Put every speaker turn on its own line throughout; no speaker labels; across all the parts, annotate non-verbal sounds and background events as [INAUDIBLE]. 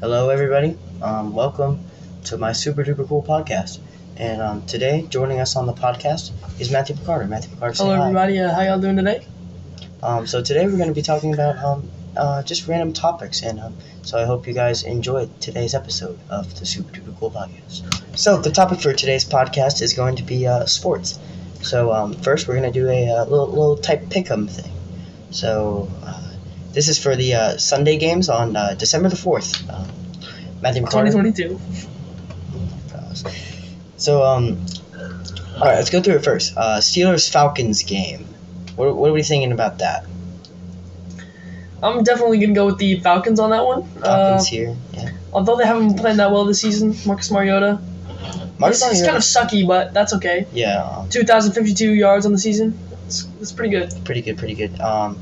Hello, everybody. Um, welcome to my super duper cool podcast. And um, today, joining us on the podcast is Matthew Picardo. Matthew Picardo, say
Hello,
hi.
everybody. Uh, how y'all doing today?
Um, so today we're going to be talking about um, uh, just random topics, and um, so I hope you guys enjoyed today's episode of the Super Duper Cool Podcast. So the topic for today's podcast is going to be uh, sports. So um, first we're going to do a, uh little, little type pick'em thing. So uh, this is for the uh, Sunday games on uh, December the fourth. Um, Matthew McCarter.
2022.
So um, all right, let's go through it first. Uh, Steelers Falcons game. What, what are we thinking about that?
I'm definitely gonna go with the Falcons on that one. Uh,
Falcons here. Yeah.
although they haven't been playing that well this season, Marcus Mariota.
Marcus
it's, it's
Mariota-
kind of sucky, but that's okay.
Yeah, um,
2,052 yards on the season. It's, it's pretty good.
pretty good, pretty good. Um,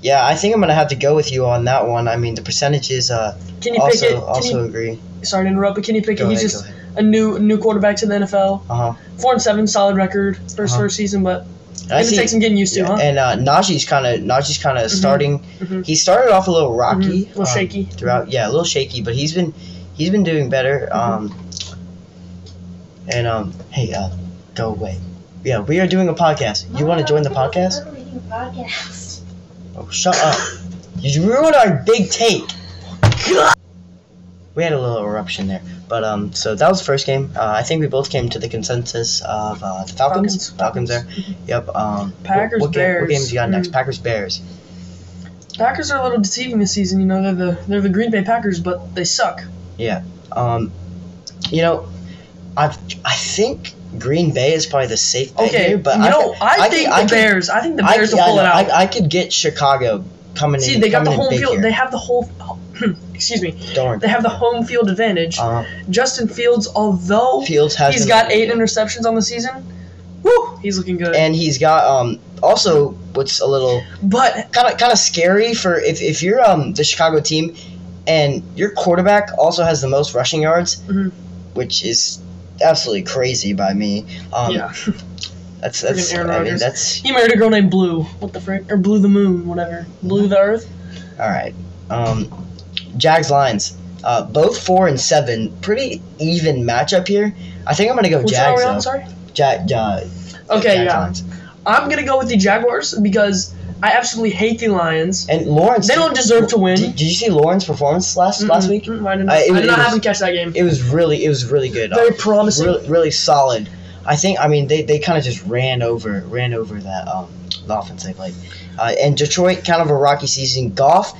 yeah, I think I'm gonna have to go with you on that one. I mean, the percentages uh,
Kenny Pickett.
also
Kenny,
also agree.
sorry to interrupt, but Kenny Pickett.
Go
he's
ahead,
just
go ahead.
a new new quarterback to the NFL.
Uh huh.
Four and seven, solid record. 1st
Uh-huh.
first season, but
I
it
see.
takes some getting used to,
yeah,
huh?
And uh, Najee's kind of Najee's kind of starting.
Mhm.
He started off a little rocky,
Mhm. A little
um,
shaky.
throughout. Yeah, a little shaky, but he's been he's been doing better. Um, and um, hey, uh, go away. Yeah, we are doing a podcast. You want to join the podcast?
I'm reading a podcast.
Oh, shut up! You ruined our big take. We had a little eruption there, but um, so that was the first game. Uh, I think we both came to the consensus of uh, the Falcons.
Falcons. Mm-hmm.
Falcons, there. Yep. Um, wh-
Packers,
What, game, what
Bears.
games you got next?
Mm.
Packers Bears.
Packers are a little deceiving this season. You know, they're the they're the Green Bay Packers, but they suck.
Um, you know, I I think Green Bay is probably the safe bet
Okay,
here, but
you
I,
know,
could-
I,
I
think
could- I
the
could-
Bears. I think the
I
Bears
could-
will
yeah,
pull
I
it out.
know, I, I could get Chicago coming
See,
in.
they got the
coming in
home [CLEARS THROAT]
big
field.
here.
They have the whole. Excuse me.
Don't worry.
They have the home field advantage.
Uh,
Justin Fields, although
Fields has
he's
been-
got eight interceptions on the season, woo, he's looking good.
and he's got um also what's a little
but
kind of kind of scary for if, if you're um the Chicago team and your quarterback also has the most rushing yards,
Mhm.
which is absolutely crazy by me. Um,
yeah, [LAUGHS]
that's that's
Freaking Aaron
I mean
Rodgers.
that's
he married a girl named Blue. What the frick? Or Blue the Moon, whatever. Blue the Earth.
all right. Um, Jags lines. Uh, both four and seven, pretty even matchup here. I think I'm gonna go
Which one are
Jags
we on?
though.
Sorry.
Jag, uh,
Okay,
Jags
yeah.
lines.
I'm gonna go with the Jaguars because I absolutely hate the Lions.
And Lawrence.
They don't deserve to win.
Did, did you see Lawrence's performance last last
Mm-mm,
week?
mm-mm, I did not,
Uh, it
I
was-
did
it
not have
was-
to catch that game.
It was really it was really good.
Very
Um,
promising.
really, really solid. I think. I mean, they, they kind of just ran over ran over that um the offense they played. Uh, and Detroit kind of a rocky season. Goff,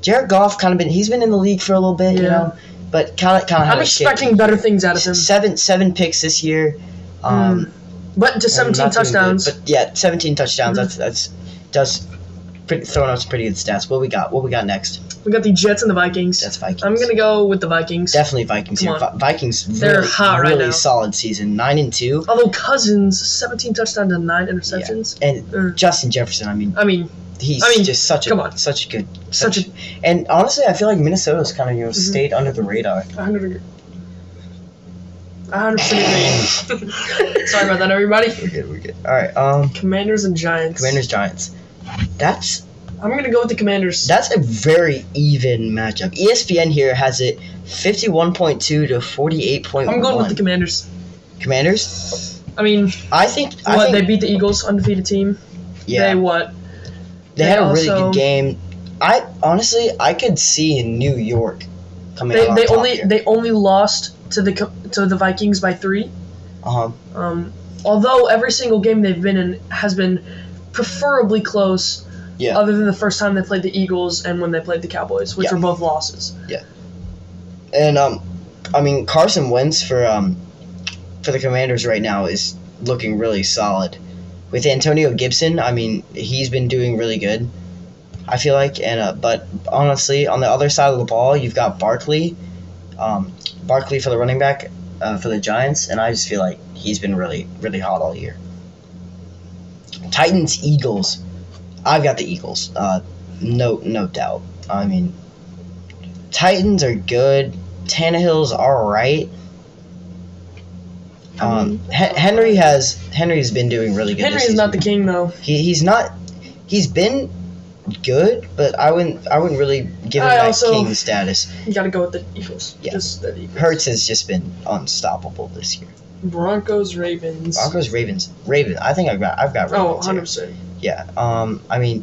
Jared Goff kind of been he's been in the league for a little bit, you
Yeah.
know, but kind of kind of.
I'm expecting better things out of him.
seven seven picks this year. Um,
Mm. But
and
to
not doing
17
good,
touchdowns.
but yeah, seventeen touchdowns.
Mhm.
That's that's does. Pretty, throwing up some pretty good stats. What we got? What we got next?
We got the Jets and the Vikings.
That's Vikings.
I'm gonna go with the Vikings.
definitely Vikings
Come
here. Vi- Vikings
They're
really,
hot right
really
now.
solid season. Nine and two.
Although Cousins, 17 touchdowns and nine interceptions.
And
Er,
Justin Jefferson, I mean,
I mean,
he's
I mean,
just such a
come on.
such a good
Such a-
and honestly, I feel like Minnesota's kind of you know
Mm-hmm.
stayed under the radar.
100 agree. 100 agree. [LAUGHS] Sorry about that, everybody.
We're good. We're good. All right. Um,
Commanders and Giants.
Commanders Giants. That's
I'm gonna go with the Commanders.
that's a very even matchup. E ESPN here has it fifty one point two to forty eight point one.
I'm going with the Commanders.
Commanders.
I mean,
I think I
what
think
they beat the Eagles, undefeated team.
yeah
They what?
they, had a
they
really
also-
good game. I honestly I could see in New York coming out
They,
on
they
top
only
here.
they only lost to the Co- to the Vikings by three.
uh-huh.
Um, although every single game they've been in has been preferably close,
Yeah.
other than the first time they played the Eagles and when they played the Cowboys, which
Yeah.
were both losses.
And um, I mean Carson Wentz for um, for the Commanders right now is looking really solid. With Antonio Gibson, I mean he's been doing really good. I feel like, and uh, but honestly, on the other side of the ball, you've got Barkley, um, Barkley for the running back uh, for the Giants, and I just feel like he's been really really hot all year. Titans Eagles, I've got the Eagles, uh, no no doubt. I mean, Titans are good. Tannehill's all right. Um, Hen- Henry has Henry's been doing really good.
Henry is not the king though.
He, he's not. He's been good, but I wouldn't I wouldn't really give him
I
that
also-
king status.
You gotta go with the Eagles.
Yeah.
Just the Eagles.
Hertz has just been unstoppable this year.
Broncos, Ravens.
Broncos, Ravens, Raven. I think I got I've got
Oh,
Ravens. here.
100%.
Yeah. Um. I mean,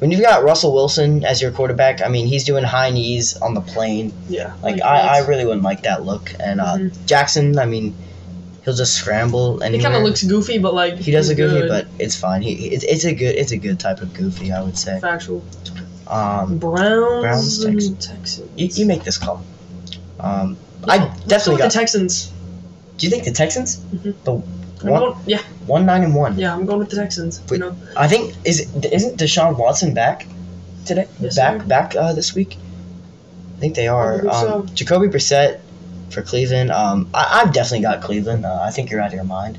when you've got Russell Wilson as your quarterback, I mean he's doing high knees on the plane.
Yeah.
Like I, I
that's-
really wouldn't like that look. And uh,
Mhm.
Jackson, I mean, he'll just scramble and
He kind of looks goofy, but like.
He does
he's
a goofy,
good.
but it's fine. He it's, it's a good it's a good type of goofy, I would say.
Factual.
Um,
Browns,
uh, Browns,
and
Texans.
Texans.
you, you make this call. Um, I
Yeah, Let's go
definitely
with
got.
the Texans.
do you think the Texans?
Mhm.
The
I'm
one,
going- yeah,
one nine and one.
yeah, I'm going with the Texans.
Wait.
You know,
I think is isn't Deshaun Watson back today?
Yes,
back
sir.
back uh, this week. I think they
I
are.
believe
um, Jacoby Brissett for Cleveland. Um, I, I've definitely got Cleveland. Uh, I think you're out of your mind.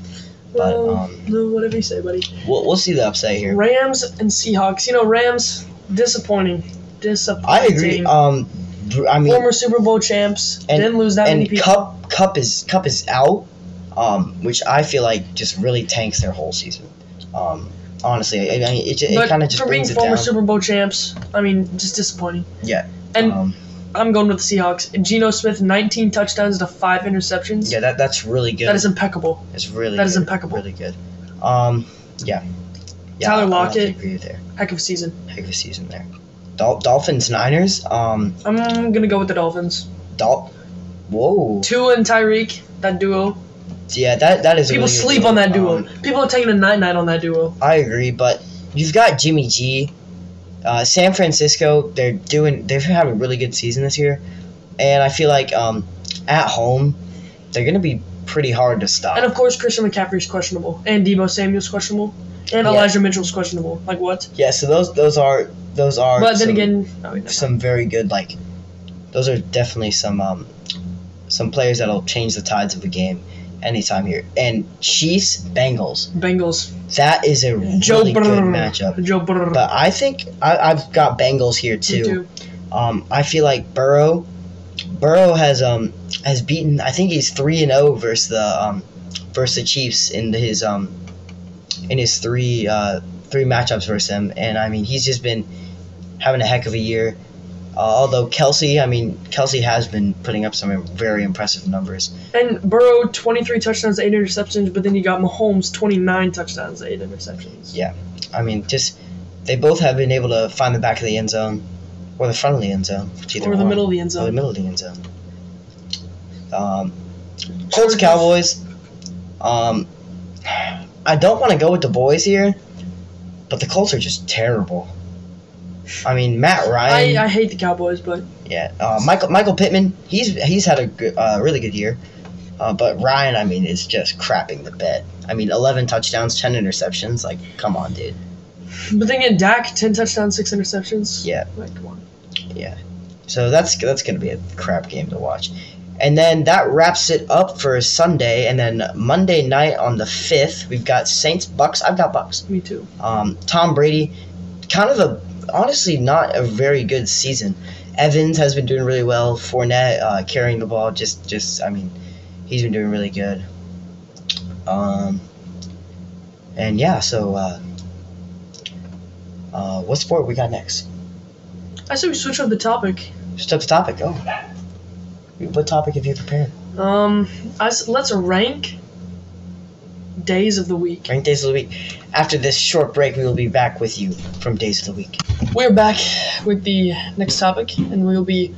But,
well,
um,
no, whatever you say, buddy.
We'll, we'll see the upset here.
Rams and Seahawks. You know, Rams disappointing, disappointing.
I agree. Um, Br- I mean,
Former Super Bowl champs
And-
didn't lose that many
and
people.
cup cup is cup is out, um, which I feel like just really tanks their whole season. Um, honestly, I, I mean, it, ju- it
but
kind of just
for being
brings it
former
down.
Super Bowl champs, I mean, just disappointing.
Yeah.
And
um,
I'm going with the Seahawks. Geno Smith, 19 touchdowns to five interceptions.
yeah, that that's really good.
That is impeccable.
it's really
that is
good,
impeccable.
Really good. Um, yeah. yeah
Tyler
I- I'll have to
Lockett.
agree with there.
Heck of a season.
Heck of a season there. Dol- Dolphins Niners. Um,
I'm gonna go with the Dolphins.
Dol- Whoa.
Tua and Tyreek, that duo.
Yeah, that that is. a
People
really good
sleep on that duo.
Um,
People are taking a nine nine on that duo.
I agree, but you've got Jimmy G. Uh, San Francisco, they're doing. They've had a really good season this year, and I feel like um, at home, they're gonna be pretty hard to stop.
And of course, Christian McCaffrey's questionable, and Debo Samuel's questionable, and
Yeah.
Elijah Mitchell's questionable. Like what?
yeah, so those those are those are.
But then
some,
again, I mean,
some very good like. Those are definitely some um, some players that'll change the tides of a game, anytime here. And Chiefs Bengals,
Bengals.
that is a
Joe
really good
Burrow.
matchup.
Joe Burrow.
But I think I, I've got Bengals here
Me too.
Um, I feel like Burrow, Burrow has um has beaten. I think he's three and zero versus the um versus the Chiefs in his um in his three uh three matchups versus them. And I mean he's just been having a heck of a year. Uh, although Kelsey, I mean Kelsey has been putting up some very impressive numbers.
And Burrow, 23 touchdowns, 8 interceptions, but then you got Mahomes, 29 touchdowns, 8 interceptions.
Yeah. I mean just they both have been able to find the back of the end zone or the front of the end zone. It's either
Or the
one.
middle of the end
Oh, the
zone.
middle of the end zone. Um, Colts Cowboys. Um, I don't want to go with the boys here, but the Colts are just terrible. I mean, Matt Ryan.
I, I hate the Cowboys, but
yeah, uh, Michael Michael Pittman. He's he's had a good, uh, really good year, uh, but Ryan, I mean, is just crapping the bed. I mean, eleven touchdowns, ten interceptions. Like, come on, dude.
but then again, Dak, 10 touchdowns, 6 interceptions.
Yeah.
Like, come on.
So that's that's gonna be a crap game to watch. And then that wraps it up for Sunday. And then Monday night on the fifth, we've got Saints Bucks. I've got Bucks.
Me too.
Um, Tom Brady, kind of a honestly not a very good season. Evans has been doing really well. Fournette uh, carrying the ball, just just I mean, he's been doing really good. Um, and yeah, so uh, uh, what sport we got next?
I said we switch up the topic.
Just up the topic. Oh, what topic have you prepared?
Um, I s- let's rank days of the week.
Rank days of the week. After this short break, we will be back with you from days of the week.
We're back with the next topic, and we'll be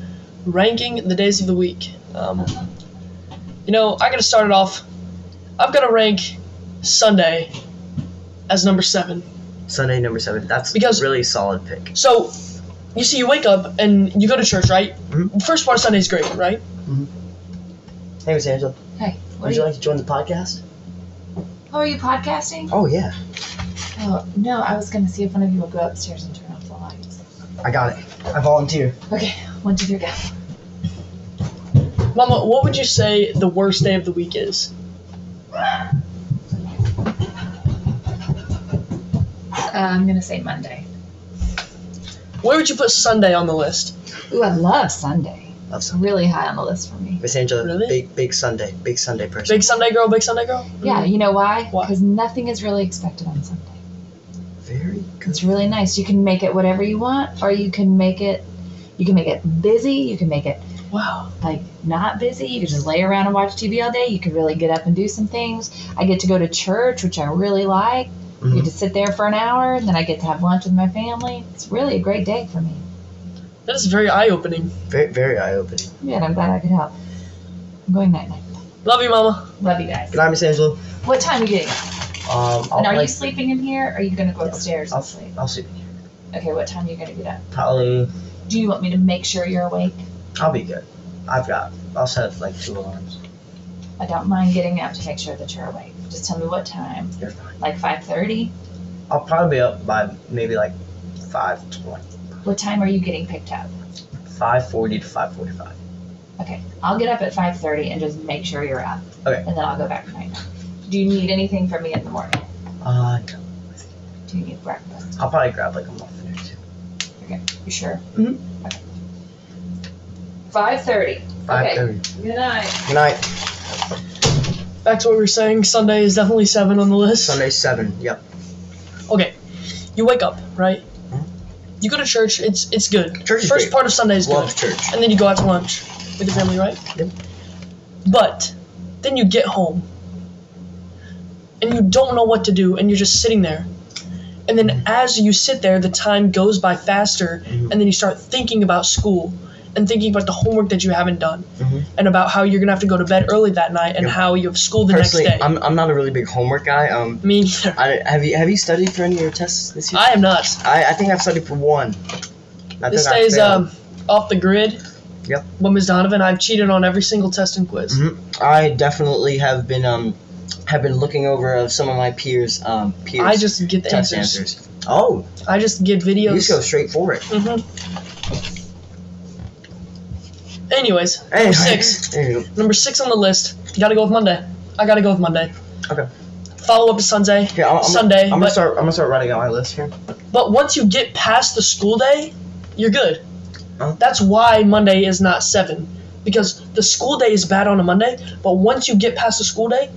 ranking the days of the week. Um, you know, I gotta start it off. I've gotta rank Sunday as number seven.
Sunday, number seven. That's
Because-
really solid pick.
So, you see, you wake up and you go to church, right?
Mhm.
The first part of Sunday is great, right?
Hey, Miss Angela,
Hey, what
would
are
you
you,
like to join the podcast?
oh, are you podcasting?
Oh yeah,
Oh, no, I was going to see if one of you would go upstairs and turn off the lights.
I got it. I volunteer.
Okay, one, two, three, go.
Mama, what would you say the worst day of the week is?
[LAUGHS] Uh, I'm going to say Monday.
Where would you put Sunday on the list?
Ooh, I love Sunday.
Love
It's
Sunday.
really high on the list for me.
Miss Angela,
Really?
big big Sunday, big Sunday person.
Big Sunday girl, big Sunday girl?
Yeah, you know why?
Why?
Because nothing is really expected on Sunday.
Very
It's really nice. You can make it whatever you want, or you can make it. You can make it busy. You can make it
Wow.
like not busy. You can just lay around and watch TV all day. You can really get up and do some things. I get to go to church, which I really like. I
Mhm.
get to sit there for an hour, and then I get to have lunch with my family. It's really a great day for me.
That is very eye opening.
very, very eye opening.
Yeah, and I'm glad I could help. I'm going night night.
Love you, Mama.
Love you guys.
Good night, Miss Angela. Um,
What time are you getting? up?
I'll,
And are you
like-
sleeping in here? Or are you gonna go upstairs
I'll
and sleep?
I'll sleep in here.
Okay, what time are you gonna get up?
Probably
Do you want me to make sure you're awake?
I'll be good. I've got I'll set like two alarms.
I don't mind getting up to make sure that you're awake. Just tell me what time.
You're fine.
Like five thirty?
I'll probably be up by maybe like five twenty.
What time are you getting picked up?
Five forty to five forty five.
Okay, I'll get up at five thirty and just make sure you're up.
Okay.
And then I'll go back for night. Do you need anything from me in the morning?
Uh no.
Do you need breakfast?
I'll probably grab like a muffin or two.
You sure?
Mhm.
Okay. Five thirty.
Five
Okay.
thirty.
Good night.
Good night.
Back to what we were saying, Sunday is definitely seven on the list.
Sunday seven. Yep.
Okay, you wake up, right?
Mhm.
You go to church. It's it's good.
Church is
First
great.
part of Sunday is
Loves
good,
church.
and then you go out to lunch with your family, right?
Yep.
But then you get home, and you don't know what to do, and you're just sitting there. And then
Hmm.
as you sit there, the time goes by faster,
Mhm.
and then you start thinking about school, and thinking about the homework that you haven't done,
Mhm.
and about how you're gonna have to go to bed early that night, and
Yep.
how you have school the
Personally,
next day.
I'm I'm not a really big homework guy. Um [LAUGHS]
Me neither.
I have you have you studied for any of your tests this year?
I am not.
I, I think I've studied for one. I
This
think I
stays
failed.
um, off the grid.
Yep.
But Ms. Donovan, I've cheated on every single test and quiz.
Mhm. I definitely have been um have been looking over uh, some of my peers um peers
I just get the
test
answers.
answers. Oh,
I just get
you just go
videos.
straight for it.
Mm-hmm. Anyways,
Anyway,
six.
There you go.
number six on the list. You gotta go with Monday. I gotta go with Monday.
Okay.
Follow up to Sunday.
Here, I'm, I'm
Sunday,
Gonna, I'm
but-
gonna start. I'm gonna start writing out my list here.
But once you get past the school day, you're good.
Huh?
That's why Monday is not seven. Because the school day is bad on a Monday, but once you get past the school day,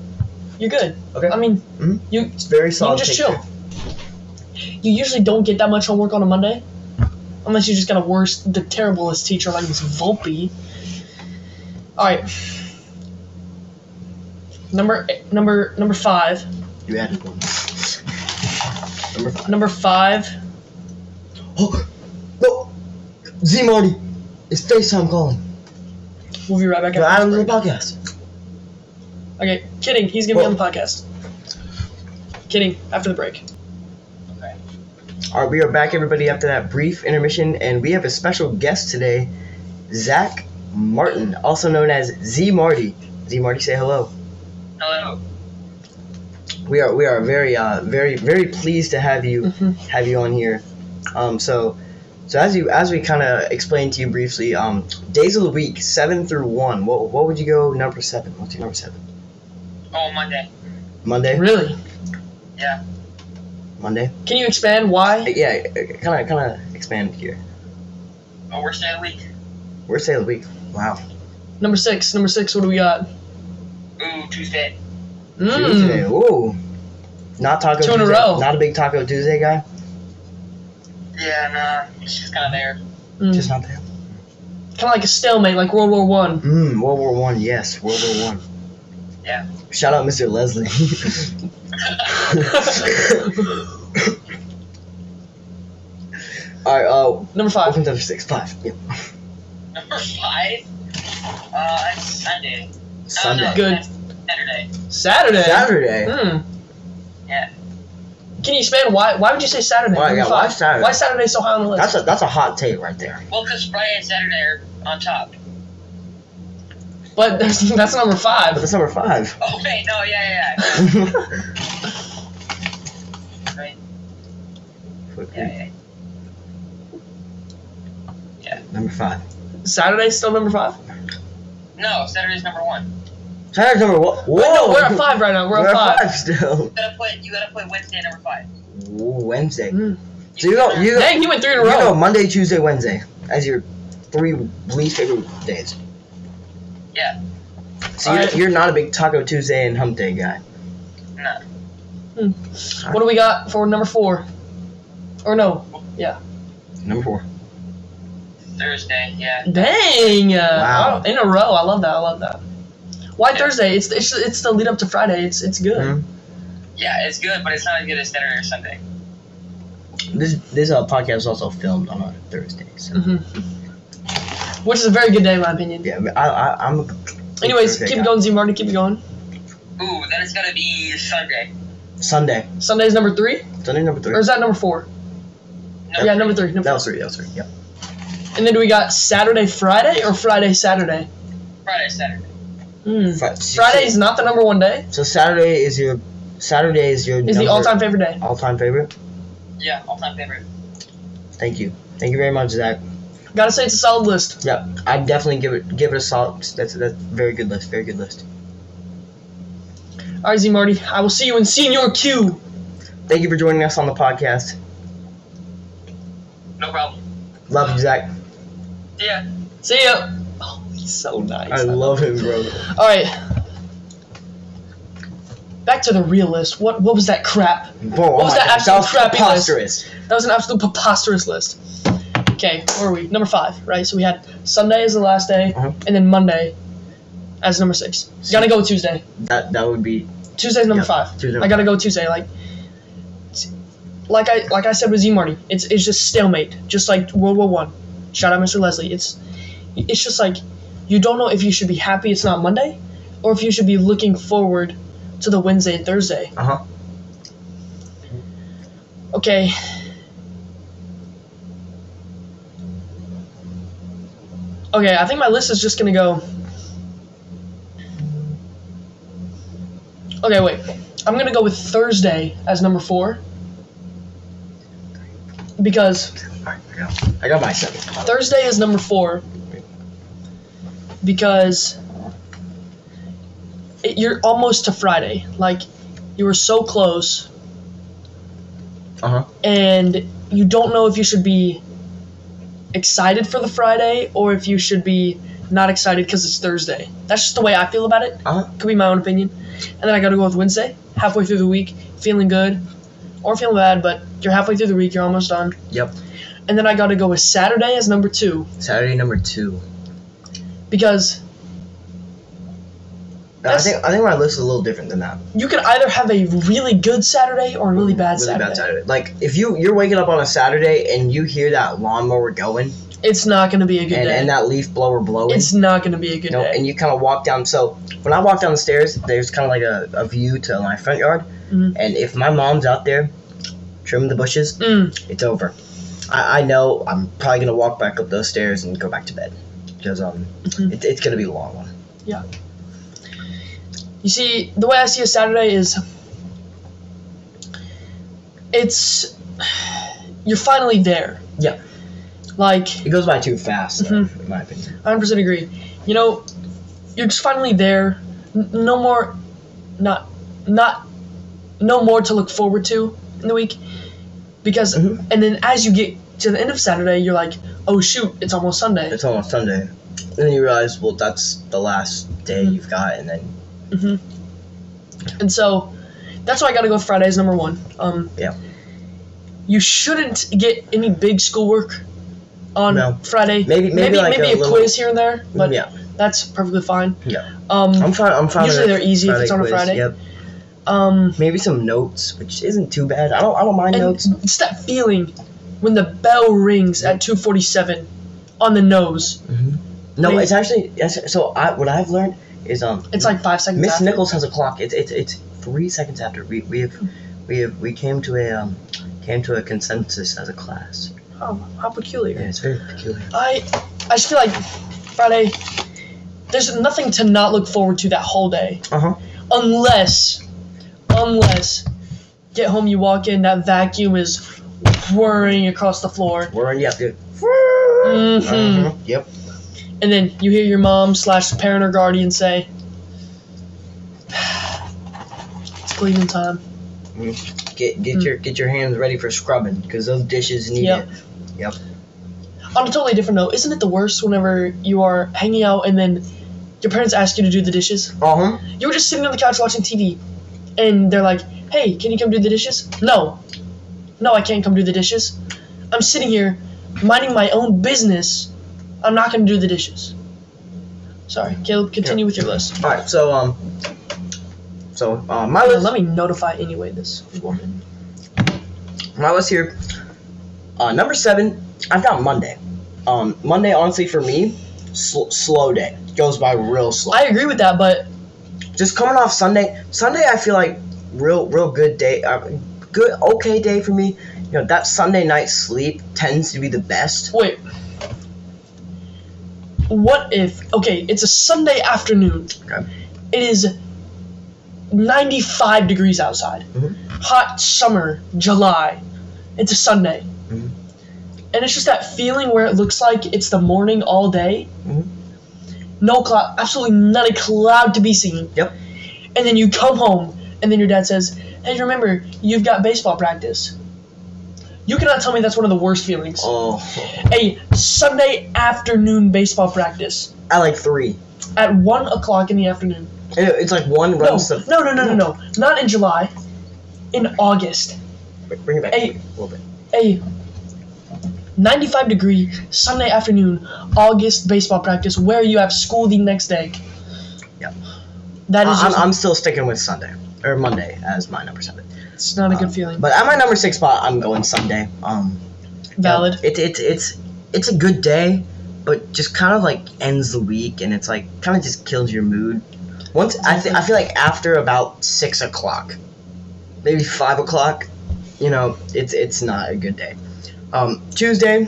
you're good.
Okay.
I mean,
Mhm.
Um, you
It's very solid.
you can just
picture.
chill. You usually don't get that much homework on a Monday, unless you just got a worse, the terriblest teacher like Miss Volpe. All right. Number number number five.
You added one. Number five.
Number five.
Oh, no, Z Marty, it's FaceTime calling.
We'll be right back.
The
after
Adams
this
of
break.
the podcast.
Okay, kidding. He's gonna be on the podcast. Kidding. After the break.
All right, we are back, everybody, after that brief intermission, and we have a special guest today, Zach Martin, also known as Z Marty. Z Marty, say hello.
Hello.
We are we are very uh very very pleased to have you have you on here. Um, so so as you as we kind of explained to you briefly, um, days of the week seven through one. What what would you go number seven? What's your number seven?
Oh, Monday.
Monday.
Really?
Yeah.
Monday. Uh,
Can you expand why?
Yeah, kind of kind of expand here.
Oh, worst day of the week.
Worst day of the week. Wow.
Number six. Number six. What do we got?
Ooh, Tuesday.
Tuesday.
Mm.
Ooh. Not taco
Two in a
Tuesday.
row.
Not a big taco Tuesday guy.
Yeah, nah. It's just kind of there. [LAUGHS]
Mm.
Just not there.
kind of like a stalemate, like World
[LAUGHS]
War One. [LAUGHS]
Mm, World War One. Yes, World War One.
Yeah.
Shout out, Mr. Leslie. [LAUGHS] All right. Uh,
Number five.
welcome to the six five. Yeah.
Number five. Uh, it's Sunday.
Sunday.
Oh, no,
Good.
that's Saturday.
Saturday.
Saturday.
Mm.
Yeah.
Can you expand why? Why would you say Saturday?
Why-
Number
yeah, why Saturday?
Why Saturday so high on the list?
That's a that's a hot take right there.
Well, because Friday and Saturday are on top. [LAUGHS]
but that's, [LAUGHS] that's number
But [LAUGHS]
five.
that's number five.
Oh, wait, no, yeah, yeah, yeah. right. Yeah, yeah.
number five.
Saturday's still number five.
No, Saturday's number one.
Saturday's number one. Whoa.
Wait, no, we're at five right now. We're,
We're
at five.
still.
You gotta play, you gotta play Wednesday at number five.
Ooh, Wednesday.
Mm.
So you go you go,
Dang, you went three in a
you go
row.
Monday, Tuesday, Wednesday as your three least favorite days.
Yeah.
So you're,
Alright.
you're not a big Taco Tuesday and Hump Day guy.
No.
What do we got for number four? Or no.
Number four.
Thursday, yeah.
Dang. uh,
Wow.
In a row. I love that. I love that. Why
Yeah.
Thursday? It's, it's it's the lead up to Friday. It's it's good.
Mhm.
Yeah, it's good, but it's not as good as Saturday or Sunday.
This this uh, podcast is also filmed on a Thursday, so
hmm Mm-hmm. Which is a very good day, in my opinion.
Mm-hmm. yeah, I, I I'm. a-
Anyways,
Thursday
keep
guy.
it going, Z Marty. Keep it going.
Ooh, then it's gonna be Sunday.
Sunday,
Sunday's number three,
Sunday number three.
or is that number four?
No,
yeah, number three. Number
That was three. That was three. Yep.
three. And then we got Saturday, Friday, or Friday, Saturday.
Friday, Saturday.
Hmm.
Fri-
Friday is not the number one day.
So Saturday is your Saturday is your
It's the all time favorite day.
all time favorite.
Yeah, all time favorite.
Thank you, thank you very much, Zach.
Gotta say it's a solid list.
Yeah, I definitely give it give it a solid. That's that's very good list. Very good list.
All right, Z Marty. I will see you in Senior Q.
Thank you for joining us on the podcast.
No problem.
Love you, Zach.
Yeah.
See ya. Oh, he's so nice.
I love him, bro.
All right. Back to the real list. What what was that crap?
Bro, oh
What was
my
that
gosh,
absolute
that was
crappy list?
preposterous.
That was an absolute preposterous list. Okay, where are we? Number five, right? So we had Sunday as the last day,
Uh-huh.
and then Monday as number six. Gotta go with Tuesday.
That that would be
Tuesday's number
Yeah,
five.
Tuesday
I gotta go Tuesday. Like, like I like I said with Z Marty, it's it's just stalemate. Just like World War One. Shout out Mr. Leslie. It's it's just like you don't know if you should be happy it's not Monday, or if you should be looking forward to the Wednesday and Thursday.
uh huh.
Okay. Okay, I think my list is just gonna go. Okay, wait. I'm gonna go with Thursday as number four. Because
Alright, I got I got my seven.
Thursday is number four. Because it, you're almost to Friday. Like, you were so close.
Uh huh.
and you don't know if you should be excited for the Friday or if you should be not excited because it's Thursday. That's just the way I feel about it.
Uh huh.
Could be my own opinion. And then I gotta go with Wednesday, halfway through the week, feeling good or feeling bad, but you're halfway through the week, you're almost done.
Yep.
And then I gotta go with Saturday as number two
Saturday number two.
because
I
That's-
think I think my list is a little different than that.
you could either have a really good Saturday or a really bad
really
Saturday.
bad Saturday. Like if you you're waking up on a Saturday and you hear that lawnmower going
It's not gonna be a good
and,
day.
and that leaf blower blowing,
it's not gonna be a good
you know,
day.
and you kind of walk down. So when I walk down the stairs, there's kind of like a, a view to my front yard,
Mhm.
and if my mom's out there trimming the bushes,
Mm,
it's over. I, I know I'm probably gonna walk back up those stairs and go back to bed because um
Mhm.
it, it's gonna be a long one.
you see, the way I see a Saturday is it's you're finally there.
Yeah.
Like
It goes by too fast, though,
Mm-hmm.
in my opinion.
100% agree. You know, you're just finally there. N- no more, not, not, no more to look forward to in the week, because
Mhm.
and then as you get to the end of Saturday, you're like, oh shoot, it's almost Sunday.
It's almost Sunday, and then you realize, well, that's the last day
Mm-hmm.
you've got, and then
hmm Mm-hmm. And so that's why I got to go Fridays number one. Um,
Yeah.
You shouldn't get any big schoolwork on
No.
Friday.
Maybe- maybe like
maybe
a
a,
little- Mm,
quiz here and there, but
yeah,
that's perfectly fine.
yeah.
Um,
I'm fine. I'm fine. with
Usually
a
they're easy if it's on a
quiz,
Friday.
Yep.
um,
Maybe some notes, which isn't too bad. I don't. I don't mind
and
notes.
it's that feeling when the bell rings at 2:47 on the nose.
No,
Maybe-
it's actually. It's, so I what I've learned is um.
It's like five seconds.
Miss
after.
Nichols has a clock. It's it's it's three seconds after we we have we have we came to a um came to a consensus as a class.
Oh, how peculiar.
Yeah, it's very peculiar.
I I just feel like Friday. There's nothing to not look forward to that whole day.
Uh huh.
unless unless get home you walk in that vacuum is whirring across the floor
We're in. Yep. Dude.
Mhm.
Mhm, Yep.
and then you hear your mom slash parent or guardian say [SIGHS] it's cleaning time
Get get your get your hands ready for scrubbing because those dishes need
Mm. Yep.
it.
on a totally different note isn't it the worst whenever you are hanging out and then your parents ask you to do the dishes
Uh huh.
you were just sitting on the couch watching tv and they're like hey can you come do the dishes no No, I can't come do the dishes. I'm sitting here minding my own business. I'm not going to do the dishes. Sorry, Caleb, continue with your
All
list.
right, so um, so uh, my
Uh,
list.
Let me notify anyway this woman.
my list here. Uh, number seven, I've got Monday. Um, Monday, honestly, for me, sl- slow day goes by real slow.
I agree with that, but
Just coming off Sunday. Sunday, I feel like real, real good day. Uh, good, okay day for me. You know that Sunday night sleep tends to be the best.
wait. What if, okay, it's a Sunday afternoon.
Okay.
It is 95 degrees outside.
Mhm.
Hot summer, July. It's a Sunday.
Mhm.
And it's just that feeling where it looks like it's the morning all day.
Mhm.
No cloud, absolutely not a cloud to be seen.
Yep.
And then you come home, and then your dad says, Hey, remember, you've got baseball practice. You cannot tell me that's one of the worst feelings.
Oh,
A Sunday afternoon baseball practice
I like three.
at 1 o'clock in the afternoon.
It- it's like one
No,
run stuff.
no, no, no, no, no. Not in July. In August.
Bring it back
Hey.
a little bit.
A 95 degree Sunday afternoon, August baseball practice where you have school the next day.
Yep.
That is
I- I'm,
just,
I'm still sticking with Sunday or Monday as my number seven.
it's not a good feeling.
uh, But at my number six spot, I'm going Sunday. Um,
Valid.
It's it's it's it's a good day, but just kind of like ends the week, and it's like kind of just kills your mood. Once I th- I feel like after about six o'clock, maybe five o'clock, you know, it's it's not a good day. Um, Tuesday,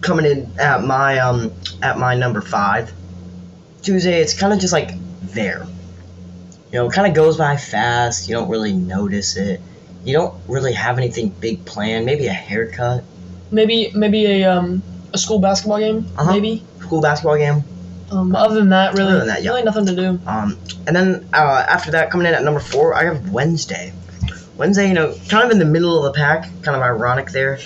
coming in at my um at my number five. Tuesday, it's kind of just like there. You know, it kind of goes by fast. You don't really notice it. You don't really have anything big planned. Maybe a haircut.
Maybe maybe a um a school basketball game.
Uh-huh.
Maybe.
cool basketball game.
Um, other than that, really,
Other than that, yeah.
really nothing to do.
Um, and then uh, after that, coming in at number four, I have Wednesday. Wednesday, you know, kind of in the middle of the pack, kind of ironic
[LAUGHS]
there.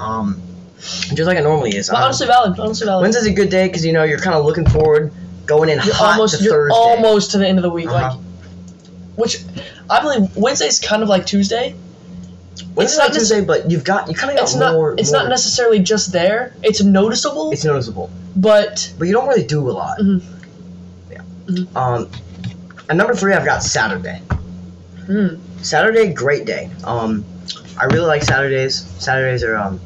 Um, just like it normally is.
But
Um,
honestly, valid. Honestly, valid.
Wednesday's a good day because you know you're kind of looking forward, going in
you're
hot
almost
to
you're
Thursday.
almost to the end of the week,
Uh-huh.
like which I believe Wednesday's kind of like Tuesday.
Wednesday's
not
not Tuesday, but you've got you kind of got
It's
more.
not it's
more-
not necessarily just there. It's noticeable,
It's noticeable,
but
but you don't really do a lot.
Mhm.
Yeah.
Mhm.
Um, and number three, I've got Saturday.
Hmm.
Saturday, great day. Um, I really like Saturdays. Saturdays are um,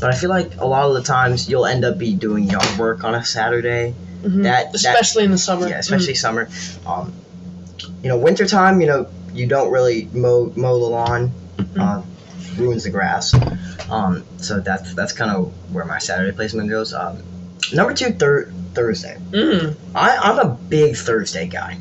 but I feel like a lot of the times you'll end up be doing yard work on a Saturday.
mhm.
Mm-hmm. That- that-
especially in the summer. Mm.
Yeah, especially summer. Um, you know, wintertime, you know, you don't really mow mow the lawn.
Mm-hmm.
Um, ruins the grass. Um, so that's that's kind of where my Saturday placement goes. Um, number two, thir- Thursday.
Mm.
I, I'm a big Thursday guy.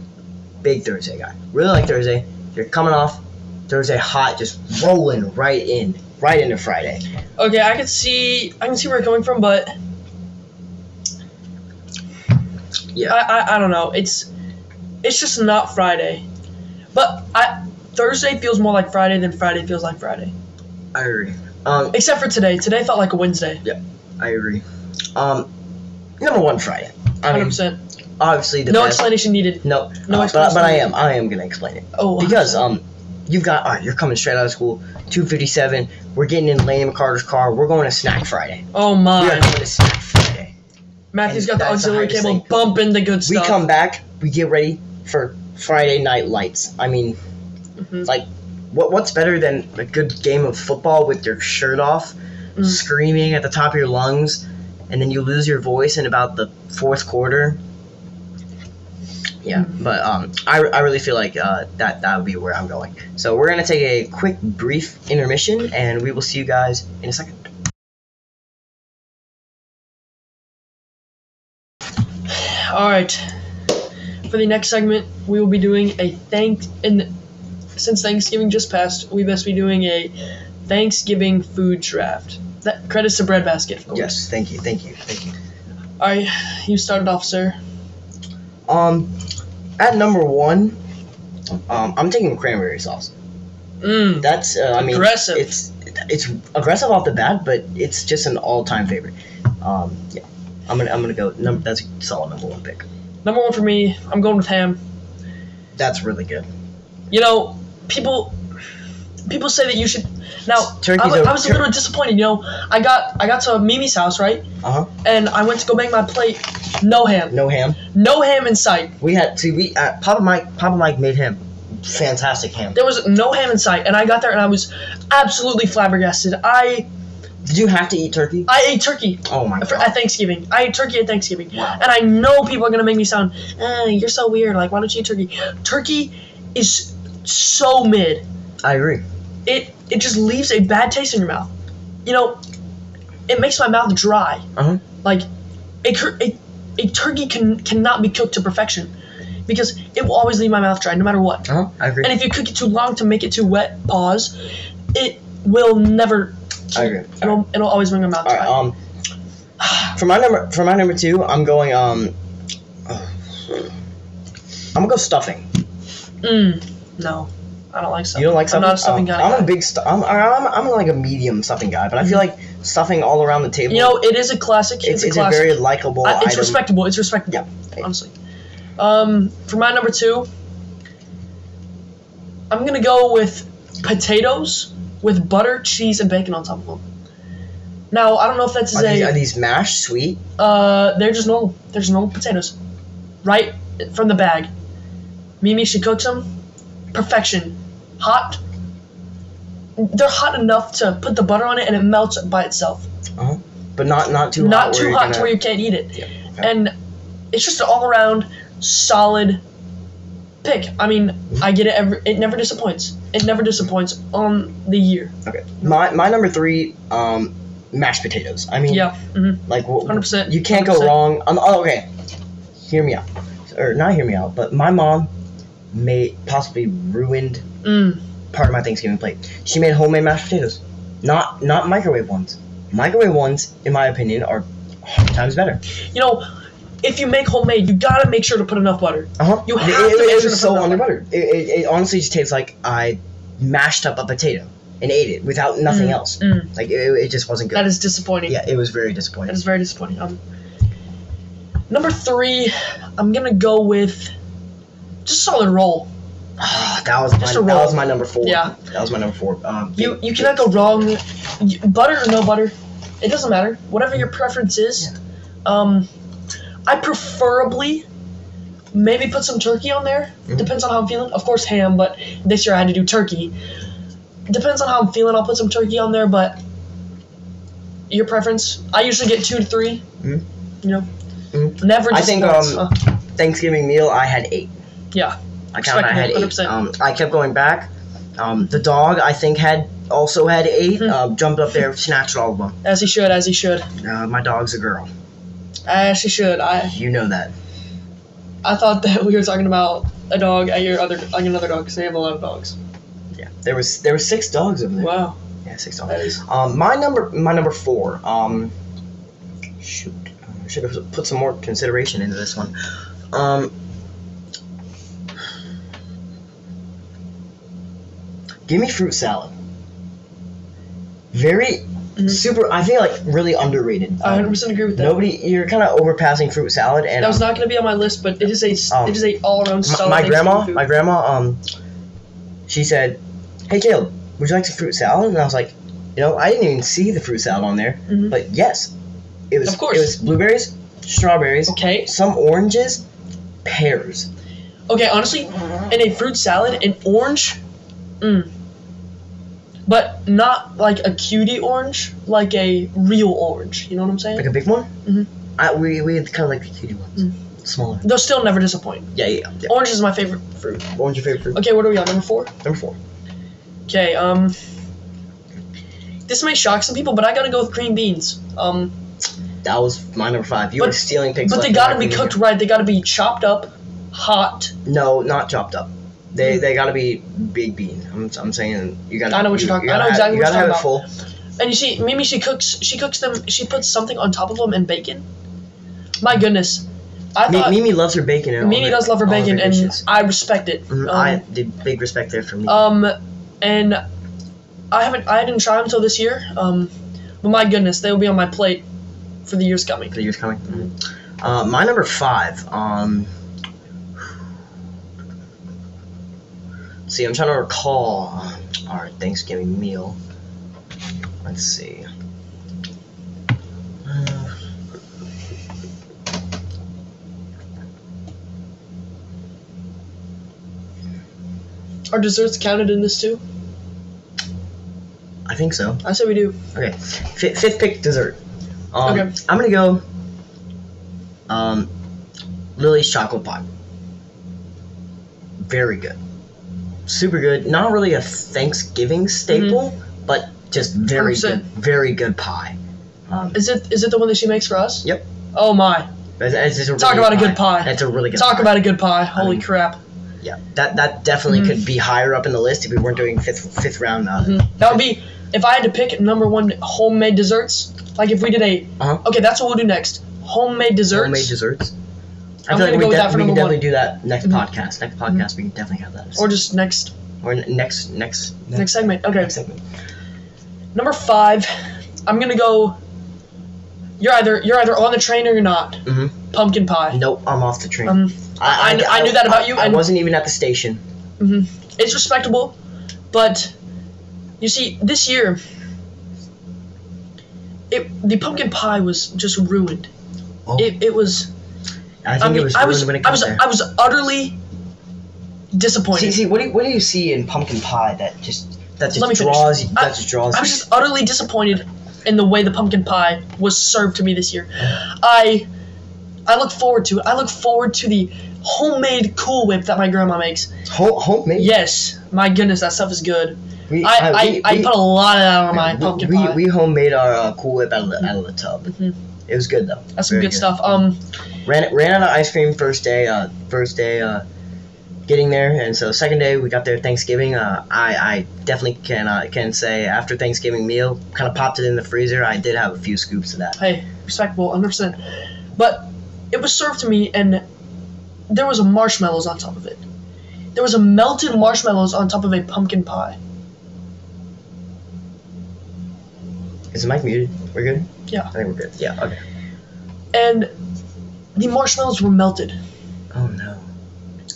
Big Thursday guy. Really like Thursday. You're coming off Thursday hot, just rolling right in, right into Friday.
Okay, I can see I can see where you're coming from, but
Yeah.
I, I I don't know. It's it's just not Friday, but I Thursday feels more like Friday than Friday feels like Friday.
I agree. Um,
Except for today. Today felt like a Wednesday.
I agree. Um, number one Friday. I
Hundred
mean,
percent.
obviously the
No
best.
explanation needed.
no,
no
uh, but,
explanation
but I
needed.
am. I am gonna explain it
Oh,
because um, you've got all right. You're coming straight out of school. Two fifty seven. We're getting in Lane McCarter's car. We're going to Snack Friday.
oh
We are
my.
going to Snack Friday.
Matthew's got the
That's the
auxiliary
hardest
cable
thing.
bumping the good
We
stuff.
come back, we get ready for Friday night lights. I mean,
Mhm.
like, what what's better than a good game of football with your shirt off,
Mm.
screaming at the top of your lungs, and then you lose your voice in about the fourth quarter? Yeah, but um, I, I really feel like uh, that that would be where I'm going. So we're gonna take a quick, brief intermission, and we will see you guys in a second.
All right. For the next segment, we will be doing a thank and since Thanksgiving just passed, we best be doing a Thanksgiving food draft. That credits to Breadbasket. of course.
Yes, Oh, thank you, thank you, thank you.
All right, you started off, sir.
Um, at number one, um, I'm taking cranberry sauce.
Mm.
That's uh, I mean,
Aggressive.
It's it's aggressive off the bat, but it's just an all time favorite. Um, yeah, I'm gonna I'm gonna go. Num- that's a solid number one pick.
Number one for me, I'm going with ham.
That's really good.
You know, people. people say that you should. Now,
Turkey's
I, wa-
a-
I was a
tur-
little disappointed. You know, I got I got to Mimi's house right,
Uh huh.
and I went to go make my plate. No ham,
No ham.
no ham in sight.
We had see we uh, Papa Mike. Papa Mike made ham. Fantastic ham.
There was no ham in sight, and I got there and I was absolutely flabbergasted. I
Did you have to eat turkey?
I ate turkey
Oh my
for, at
god.
Thanksgiving. I ate turkey at Thanksgiving,
Wow.
and I know people are gonna make me sound, eh, you're so weird. Like, why don't you eat turkey? Turkey is so mid.
I agree.
It it just leaves a bad taste in your mouth. You know, it makes my mouth dry.
Uh-huh.
Like, a, cur- a, a turkey can cannot be cooked to perfection, because it will always leave my mouth dry no matter what.
Uh huh. I agree.
And if you cook it too long to make it too wet, pause. It will never.
I agree.
It'll, it'll always make my mouth
All
dry.
right. Um, for my number for my number two, I'm going um. [SIGHS] I'm gonna go stuffing.
Mm, no, I don't like
You
stuffing.
don't like stuffing?
I'm not a stuffing
Um,
guy.
I'm a big stu- I'm, I'm I'm like a medium stuffing guy, but I feel like stuffing all around the table.
Mm-hmm. you know, it is a classic.
it's,
It's,
it's
a
a
classic.
very likable
I- it's
item.
respectable. It's respectable.
Yeah.
Honestly, um, for my number two, I'm gonna go with potatoes with butter, cheese, and bacon on top of them. Now, I don't know if that's
Are
a.
these, are these mashed sweet?
Uh, they're just normal. They're just normal potatoes, right from the bag. Mimi, she cooks them, perfection. Hot. They're hot enough to put the butter on it and it melts by itself.
Uh-huh. but not not too
Not
hot.
too
where
hot
you're
to
gonna-
where you can't eat it.
Yeah, okay.
And it's just an all-around solid pick. I mean, I get it. Every it never disappoints. It never disappoints on the year.
okay. My my number three, um, mashed potatoes. I mean,
Yeah, hmm
like wh-
100%,
you can't go
100%.
wrong. Um, oh, okay, hear me out, or not hear me out, but my mom made possibly ruined
mm,
part of my Thanksgiving plate. She made homemade mashed potatoes, not not microwave ones. Microwave ones, in my opinion, are a hundred times better.
You know, if you make homemade, you gotta make sure to put enough butter.
Uh-huh.
You
It-
have
it,
to
it,
make
was
sure to
so
put it on
underbuttered. It, it, it honestly just tastes like I mashed up a potato and ate it without nothing
Mm,
else.
mm.
Like it, it just wasn't good.
That is disappointing.
yeah, it was very
That
disappointing.
is very disappointing. Um, number three, I'm gonna go with just solid roll.
Ah, that was
Just
my,
a
that
roll.
was my number four.
Yeah.
that was my number four. Um,
You you cannot go wrong. You- Butter or no butter, it doesn't matter. Whatever your preference is. Um, I preferably maybe put some turkey on there.
Mhm.
Depends on how I'm feeling. Of course, ham, but this year I had to do turkey. Depends on how I'm feeling. I'll put some turkey on there, but your preference. I usually get two to 3
Mhm.
You know,
Mhm.
never.
I think,
disappoints.
um,
Uh,
Thanksgiving meal, I had eight.
Yeah.
I counted. I had
Respectable,
eight.
100%.
Um, I kept going back. Um, the dog, I think, had also had 8
Mhm.
Uh, jumped up there, snatched all of them.
As he should, as he should,
Uh, my dog's a girl.
as he should. I
You know that.
I thought that [LAUGHS] we were talking about a dog at your other like another dog because they have a lot of dogs.
Yeah, there was there were six dogs over there.
Wow,
Yeah, six
that
dogs.
is
Um, my number my number four. Um, shoot, I should have put some more consideration into this one. Um, give me fruit salad. Very
Mhm.
super. I feel like really underrated. Um,
I 100 percent agree with that.
Nobody, you're kind of overpassing fruit salad, and
that was
um,
not going to be on my list, but it is a
Um,
it is a all around
my,
solid.
my grandma,
Thanksgiving
my grandma, um, she said, "Hey, Caleb, would you like some fruit salad?" And I was like, "You know, I didn't even see the fruit salad on there,
food. Mhm.
but yes, it was.
Of course.
it was blueberries, strawberries,
Okay,
some oranges, pears.
okay. Honestly, in a fruit salad, an orange, mm. but not like a cutie orange, like a real orange. You know what I'm saying?
Like a big one.
Mhm.
I, we we had kind of like the cutie ones,
Mm.
smaller.
They'll still never disappoint.
Yeah, yeah, yeah.
Orange is my favorite fruit.
What was your favorite fruit?
Oh. Okay, what are we on? Number four.
Number four.
Okay, um this may shock some people, but I gotta go with green beans. Um,
That was my number five. You
But-
were stealing pigs.
but
left
they
and
gotta
right
be
from here.
cooked right. They gotta be chopped up, hot.
No, not chopped up. They they gotta be big bean. I'm, I'm saying you gotta.
Mm. I know what you're
you-
talking-
you
I know
gotta have-
exactly
You
what
gotta
you're
have it
talking
full.
And you see, Mimi she cooks. She cooks them. She puts something on top of them and bacon. My goodness, I
Mi-
thought Mimi,
Mimi loves her bacon. And all of her-
does love her
all of
bacon, and um,
dishes.
I respect it.
Mhm, I did big respect there for me.
Um, and I haven't. I didn't try them until this year. Um, but my goodness, they will be on my plate for the years coming.
for the years coming. Uh, my number five. Um, see, I'm trying to recall um, our Thanksgiving meal. Let's see. Uh,
Are desserts counted in this too?
I think so.
I say we do.
Okay, F- fifth pick dessert. Um,
Okay.
I'm gonna go. Um, Lily's chocolate pie. Very good, super good. Not really a Thanksgiving staple,
Mm-hmm.
but just very
100%.
good, very good pie. Um,
Is it is it the one that she makes for us?
Yep.
Oh my!
it's, it's just a
Talk
really
about a good pie.
That's a really good.
Talk
pie.
about a good pie. Holy
mean-
crap!
yeah. That that definitely
Mhm.
could be higher up in the list if we weren't doing fifth fifth round. Uh,
Mhm. That would be if I had to pick number one homemade desserts. Like if we did a
Uh-huh.
okay, that's what we'll do next. Homemade desserts.
Homemade desserts. I
I'm
feel like
gonna
we,
go with
def-
that for
we can
number one.
definitely do that next
Mhm.
podcast. Next podcast, we can definitely have that.
Or just next
Or n- next, next,
next, segment. Okay,
next segment.
number five. [LAUGHS] I'm gonna go. You're either you're either on the train or you're not.
Mhm.
Pumpkin pie.
Nope, I'm off the train.
Um, I- I knew that about you,
I,
and-
wasn't even at the station.
hmm It's respectable, but you see, this year, it the pumpkin pie was just ruined.
Oh.
It, it was.
I think
I, mean,
it was
I
ruined
was.
when it
I
comes
was.
there.
I was utterly
see,
disappointed.
see, what do you, what do you see in pumpkin pie that just that
Let me
just
finish.
draws you, that
I-
just draws
I
you?
was just utterly disappointed in the way the pumpkin pie was served to me this year. I I look forward to it. I look forward to the homemade Cool Whip that my grandma makes.
Ho- homemade.
Yes, my goodness, that stuff is good.
we,
I,
uh,
I,
we-
I
we-
put a lot of that on my
we-
pumpkin
we,
pie.
We homemade our uh, Cool Whip out of, the, out of the tub.
Mhm.
It was good though.
That's some
Very
good, stuff. Um,
Ran ran out of ice cream first day. Uh, first day. Uh, getting there, and so second day we got there Thanksgiving. Uh, I I definitely can uh, can say after Thanksgiving meal, kind of popped it in the freezer. I did have a few scoops of that.
hey, respectable, 100%. But it was served to me, and there was a marshmallows on top of it. There was a melted marshmallows on top of a pumpkin pie.
Is the mic muted? We're good?
Yeah.
I think we're good. Yeah, okay.
And the marshmallows were melted.
Oh no.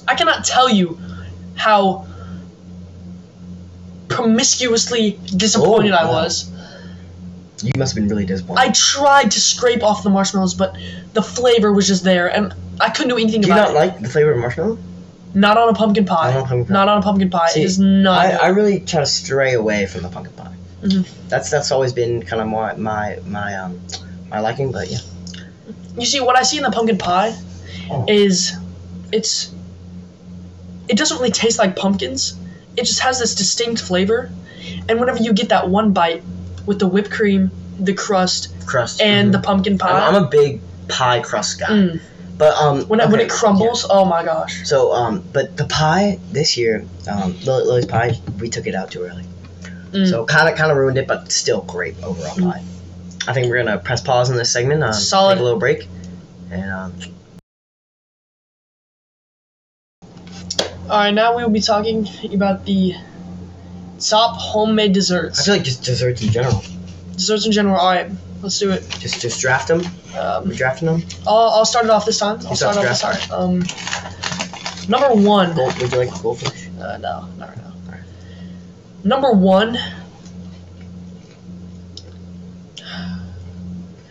I cannot tell you how promiscuously disappointed
Oh,
I
wow.
was.
You must have been really disappointed.
I tried to scrape off the marshmallows, but the flavor was just there, and I couldn't do anything
Do you
about
not
it.
like the flavor of marshmallow?
Not on a pumpkin pie.
Not on a pumpkin pie.
Not on a pumpkin pie.
See,
it is not.
I, I really try to stray away from the pumpkin pie.
Mhm.
That's that's always been kind of my my my um my liking, but yeah.
you see, what I see in the pumpkin pie
Oh.
is it's. It doesn't really taste like pumpkins. It just has this distinct flavor, and whenever you get that one bite with the whipped cream, the crust,
Crust.
and the
Mhm.
pumpkin pie,
I'm, I'm a big pie crust guy.
mm,
But um
when it, when
okay,
it crumbles, oh my gosh!
yeah. So um but the pie this year, um Lily, Lily's pie, we took it out too early.
Mm.
So kind of kind of ruined it, but still great overall
Mm.
pie. I think we're gonna press pause on this segment. Um,
Solid.
Take a little break, and um,
All right, now we will be talking about the top homemade
I
desserts.
feel like just desserts in general.
desserts in general. All right, let's do it.
Just just draft them.
Um,
We drafting them.
I'll, I'll start it off this time. I'll
start
start it off this
draft.
time. Um, number one.
Gold, would you like goldfish?
Uh, no, not right now. Number one.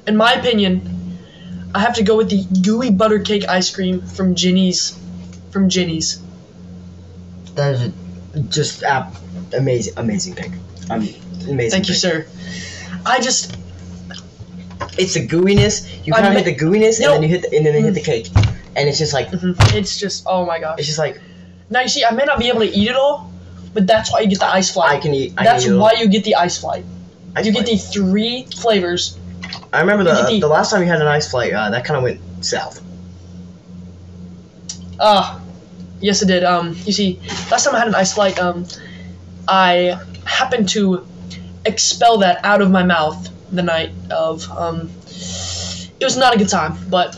In my opinion, I have to go with the gooey butter cake ice cream from Ginny's. From Ginny's.
That is a, just uh, amazing amazing pick. Um, amazing.
Thank
pick.
you, sir. I just
It's the gooiness. You
I
kind of
mi-
hit the gooiness,
No.
and
Mm.
then you hit the, and then you hit the cake, and it's just like
mm-hmm, it's just oh my gosh.
it's just like
Now you see, I may not be able to eat it all, but that's why you get the ice
I
flight.
can eat. I
that's
can eat
why you get the ice flight.
I
you get the three flavors
I remember
you
the
get the-
the last time we had an ice flight. Uh, that kind of went south.
Ah, yes, it did. Um, you see, last time I had an ice flight, um, I happened to expel that out of my mouth the night of. Um, it was not a good time, but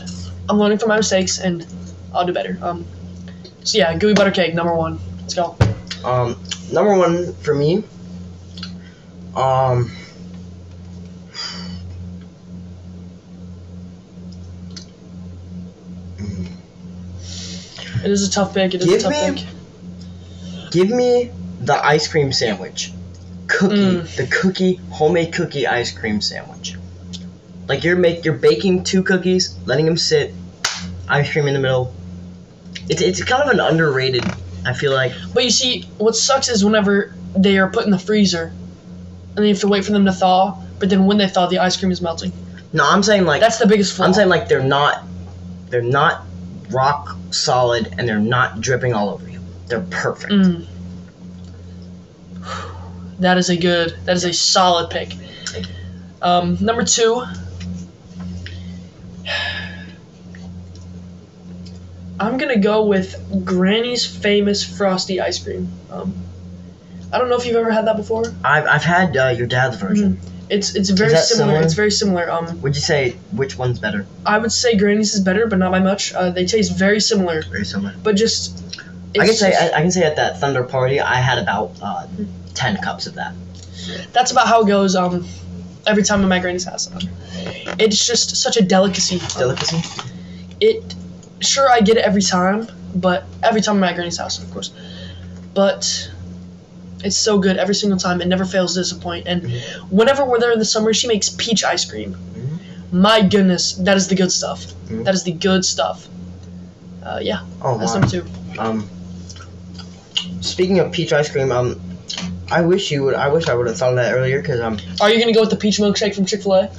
I'm learning from my mistakes and I'll do better. Um, so yeah, gooey butter cake number one. Let's go.
Um, number one for me. Um.
It is a tough pick. It is
Give
a tough
me-
pick.
Give me the ice cream sandwich. Cookie,
Mm.
the cookie, homemade cookie ice cream sandwich. Like you're make you're baking two cookies, letting them sit, ice cream in the middle. It's it's kind of an underrated. I feel like
But you see, what sucks is whenever they are put in the freezer, and then you have to wait for them to thaw. But then when they thaw, the ice cream is melting.
no, I'm saying like
That's the biggest flaw.
I'm saying like they're not they're not rock solid and they're not dripping all over you. They're perfect.
Mm. That is a good. That is a solid pick. Um, number two. I'm gonna go with Granny's famous frosty ice cream. Um, I don't know if you've ever had that before.
I've I've had uh, your dad's version.
Mm. It's it's very
that
similar.
similar?
It's very similar. Um,
Would you say which one's better?
I would say Granny's is better, but not by much. Uh, they taste very similar,
Very similar.
but just.
I can
it's
say
just- Mm.
I, I can say at that Thunder party I had about uh, ten cups of that.
that's about how it goes. Um, every time I'm at Granny's house, Um, it's just such a delicacy. Um,
Delicacy.
it, sure, I get it every time, but every time I'm at Granny's house, of course. But it's so good every single time. It never fails to disappoint. And whenever we're there in the summer, she makes peach ice cream. My goodness, that is the good stuff.
Mhm.
That is the good stuff. Uh, yeah,
Oh
that's
wow.
number two.
Um, speaking of peach ice cream, um, I wish you would. I wish I would have thought of that earlier because um,
Are you gonna go with the peach milkshake from Chick Fil A?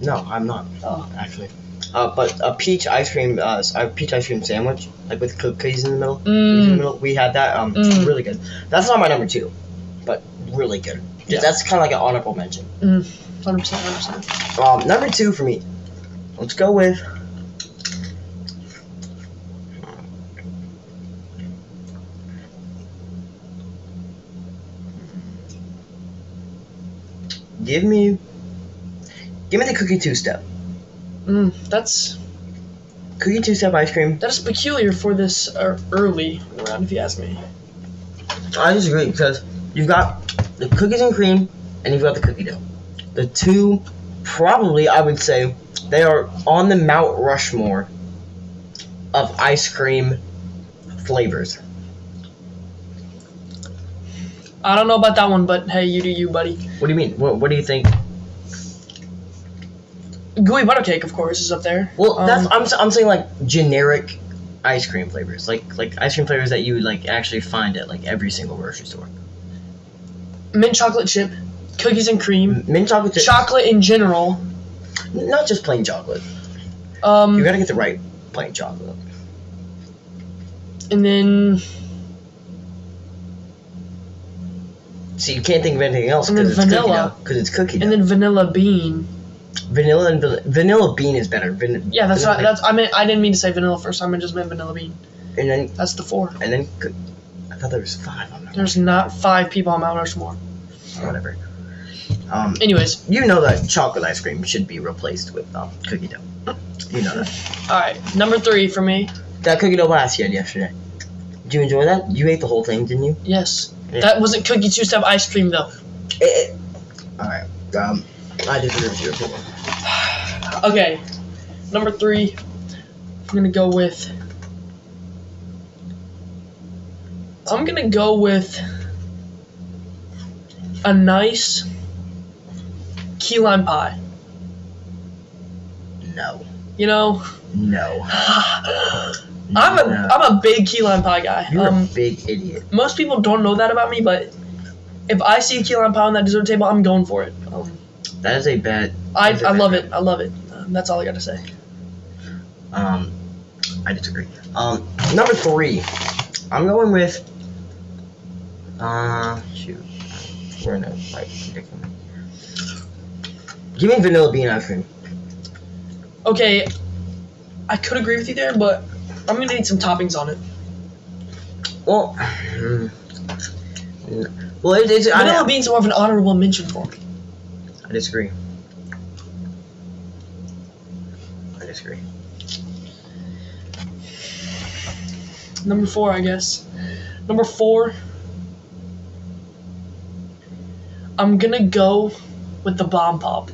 no, I'm not
Oh.
actually. Uh, but a peach ice cream, uh, s- a peach ice cream sandwich, like with cookies in the middle. cookies in the
Mm,
middle. We had that. Um,
Mm.
really good. That's not my number two, but really good.
Yeah.
That's kind of like an honorable mention.
hundred percent, hundred percent.
Um, number two for me. Let's go with. Give me. Give me the cookie two step.
Mm, that's
Cookie two step ice cream.
That is peculiar for this uh, early round, if you ask me.
I disagree because you've got the cookies and cream, and you've got the cookie dough. The two, probably, I would say, they are on the Mount Rushmore of ice cream flavors.
I don't know about that one, but hey, you do you, buddy.
What do you mean? What, what do you think?
Gooey butter cake, of course, is up there.
Well, that's
Um,
I'm, s- I'm saying like generic ice cream flavors, like like ice cream flavors that you would like actually find at like every single grocery store.
mint chocolate chip, cookies and cream,
Mint chocolate, chip-
chocolate in general.
not just plain chocolate. You
Um,
gotta get the right plain chocolate.
and then
So you can't think of anything else
And then
because it's cookie
Mm, vanilla.
dough. Because it's cookie dough.
and then vanilla bean.
Vanilla and van- vanilla bean is better. Van-
Yeah, that's
vanilla
not. That's I mean I didn't mean to say vanilla first. I mean just meant vanilla bean.
and then
That's the four.
and then coo- I thought there was five on there.
There's not five people on Mount Rushmore.
Whatever. Um,
Anyways,
you know that chocolate ice cream should be replaced with um, cookie dough. You know that.
all right, number three for me.
That cookie dough blast you had yesterday. Did you enjoy that? You ate the whole thing, didn't you?
Yes,
Yeah.
that wasn't cookie two step ice cream though.
It, all right. Um, I disagree with you. Come on.
Okay, number three. I'm gonna go with. I'm gonna go with a nice key lime pie.
No.
You know, [LAUGHS]
No.
I'm a
No.
am a big key lime pie guy.
You're a
Um,
big idiot.
most people don't know that about me, but if I see a key lime pie on that dessert table, I'm going for it. Um,
That Oh. is a bad.
I
That's a
I love
bad-
it. I love it. Um, that's all I gotta say.
Um, I disagree. Um, number three, I'm going with. Uh, shoot, we're in a like predicament. Give me vanilla bean ice cream.
Okay, I could agree with you there, but I'm gonna need some toppings on it.
Well, [SIGHS] hmm. well, it, it's I,
Vanilla beans are more of an honorable mention for me.
I disagree. I disagree.
Number four, I guess. Number four. I'm gonna go with the bomb pop,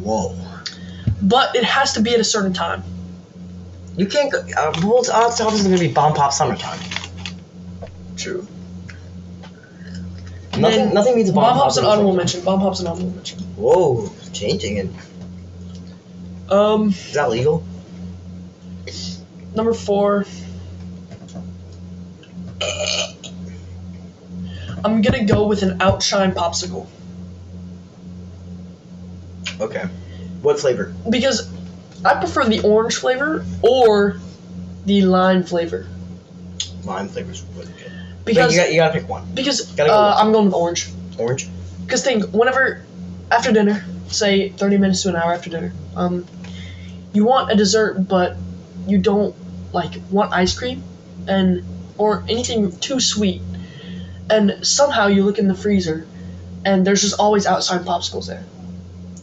Whoa.
but it has to be at a certain time.
You can't go. Uh, well, it's odds odds is gonna be bomb pop summertime. True. Nothing.
Then
nothing needs a bomb,
Bomb Hop's an
summertime.
honorable mention. Bomb Hop's an honorable mention.
Whoa, changing it.
Um,
Is that legal?
number four. I'm gonna go with an outshine popsicle
Okay. What flavor?
because I prefer the orange flavor or the lime flavor
Lime flavors really good. Because
because
you, got, you gotta pick one.
because
gotta go
uh,
with-
I'm going with orange.
Orange.
Because think, whenever after dinner, say thirty minutes to an hour after dinner, um, you want a dessert, but you don't like want ice cream, and or anything too sweet, and somehow you look in the freezer, and there's just always outside popsicles there.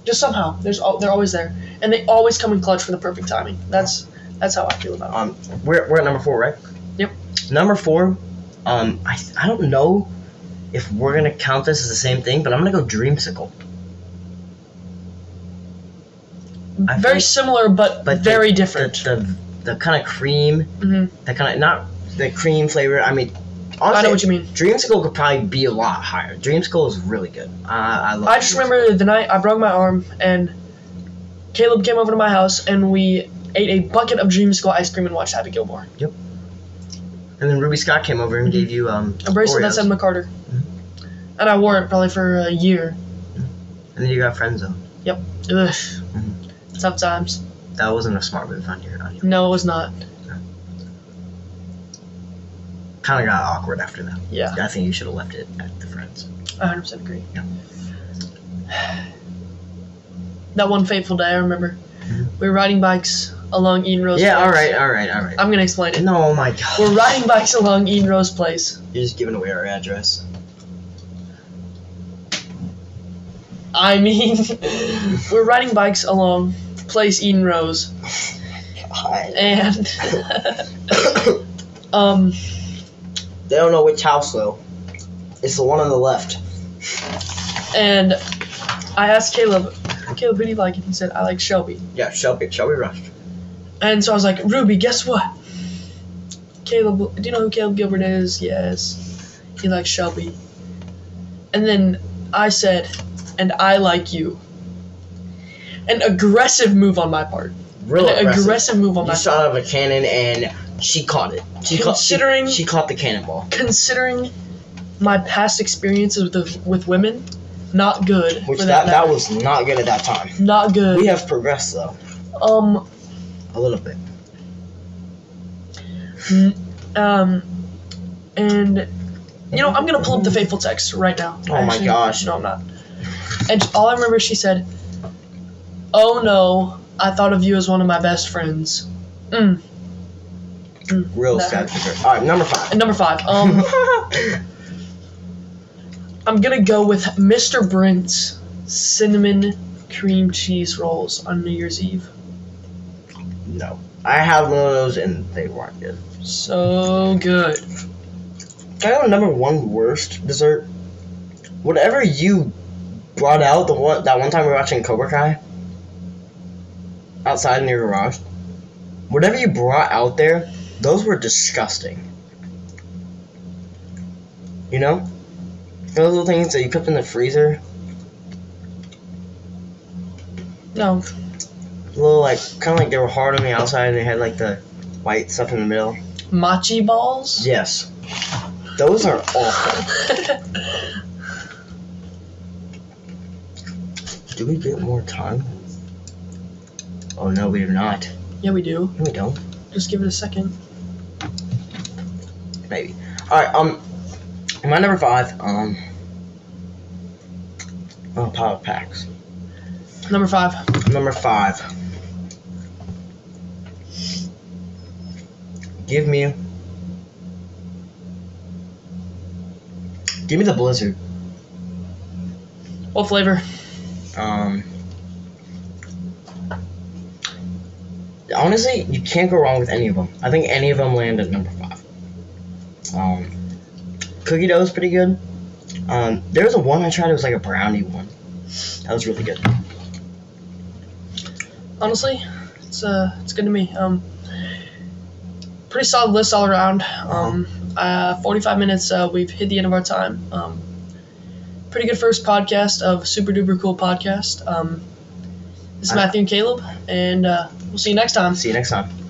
Just somehow, there's al- they're always there, and they always come in clutch for the perfect timing. That's that's how I feel about it.
Um, we're, we're at number four, right?
Yep.
Number four. Um, I I don't know if we're gonna count this as the same thing, but I'm gonna go dreamsicle. I
very
think-
similar, but,
but the-
very
The
different.
the, the kind of cream,
Mhm.
the kind of not the cream flavor. I mean, honestly,
I know what you mean.
Dreamsicle could probably be a lot higher. Dreamsicle is really good. I I love.
I just
Dreamsicle.
remember the night I broke my arm and Caleb came over to my house and we ate a bucket of Dreamsicle ice cream and watched Happy Gilmore.
And then Ruby Scott came over and gave you um
Mm-hmm. A bracelet that
Oreos.
said McCarter.
Mm-hmm.
And I wore it probably for a year.
and then you got friend zone.
Ugh.
Mm-hmm.
Tough times.
That wasn't a smart move on your on your.
No, it was not.
Kind of got awkward after that.
Yeah,
I think you should have left it at the friends.
I 100% agree.
Yeah.
[SIGHS] That one fateful day, I remember.
Mhm.
We were riding bikes along Eden Rose
Yeah.
Place.
All right. All right. All right.
I'm going to explain it.
No, oh my God.
We're riding bikes along Eden Rose Place.
You're just giving away our address.
I mean, [LAUGHS] we're riding bikes along Place Eden Rose,
[COUGHS] God.
and [LAUGHS] um,
they don't know which house though. It's the one on the left.
and I asked Caleb, Caleb, who do you like? And he said, I like Shelby.
Yeah, Shelby. Shelby rushed.
And so I was like, Ruby, guess what? Caleb, do you know who Caleb Gilbert is? Yes, he likes Shelby. And then I said, and I like you. An aggressive move on my part.
Real
An
aggressive.
aggressive, move on my
You
part.
shot out of a cannon and she caught it. She caught. She,
Considering-
she caught the cannonball,
considering my past experiences with the, with women, not good.
which
for
that, that
matter.
was not good at that time.
not good.
We have progressed though,
um
a little bit.
um, and you know I'm gonna pull up the faithful text right now.
Oh my gosh.
No, I'm not. And all I remember she said, "Oh no, I thought of you as one of my best friends." Mm.
Real
No.
sad for her. All right, number five.
And number five. Um, I'm gonna go with Mr. Brent's cinnamon cream cheese rolls on New Year's Eve.
[LAUGHS] no, I had one of those and they weren't good.
So good.
Can I go number one worst dessert? Whatever you brought out the one that one time we were watching Cobra Kai outside in your garage. Whatever you brought out there, those were disgusting. You know, those little things that you kept in the freezer,
No,
little like kind of like they were hard on the outside and they had like the white stuff in the middle.
machi balls.
Yes, those are awful. Do we get more time? Oh no, we do not.
[LAUGHS] yeah, we do.
No, we don't.
Just give it a second.
maybe. All right, um, my number five, um, oh, power packs.
Number five.
Number five. Give me. Give me the blizzard.
What flavor?
Um. Honestly, you can't go wrong with any of them. I think any of them land at number five. Um, cookie dough is pretty good. Um, there was a one I tried. It was like a brownie one. That was really good.
Honestly, it's uh, it's good to me. Um, pretty solid list all around. Um, uh, 45 minutes, uh, we've hit the end of our time. Um, pretty good first podcast of Super Duper Cool Podcast. Um, this is
Uh,
Matthew and Caleb, and uh, we'll see you next time.
See you next time.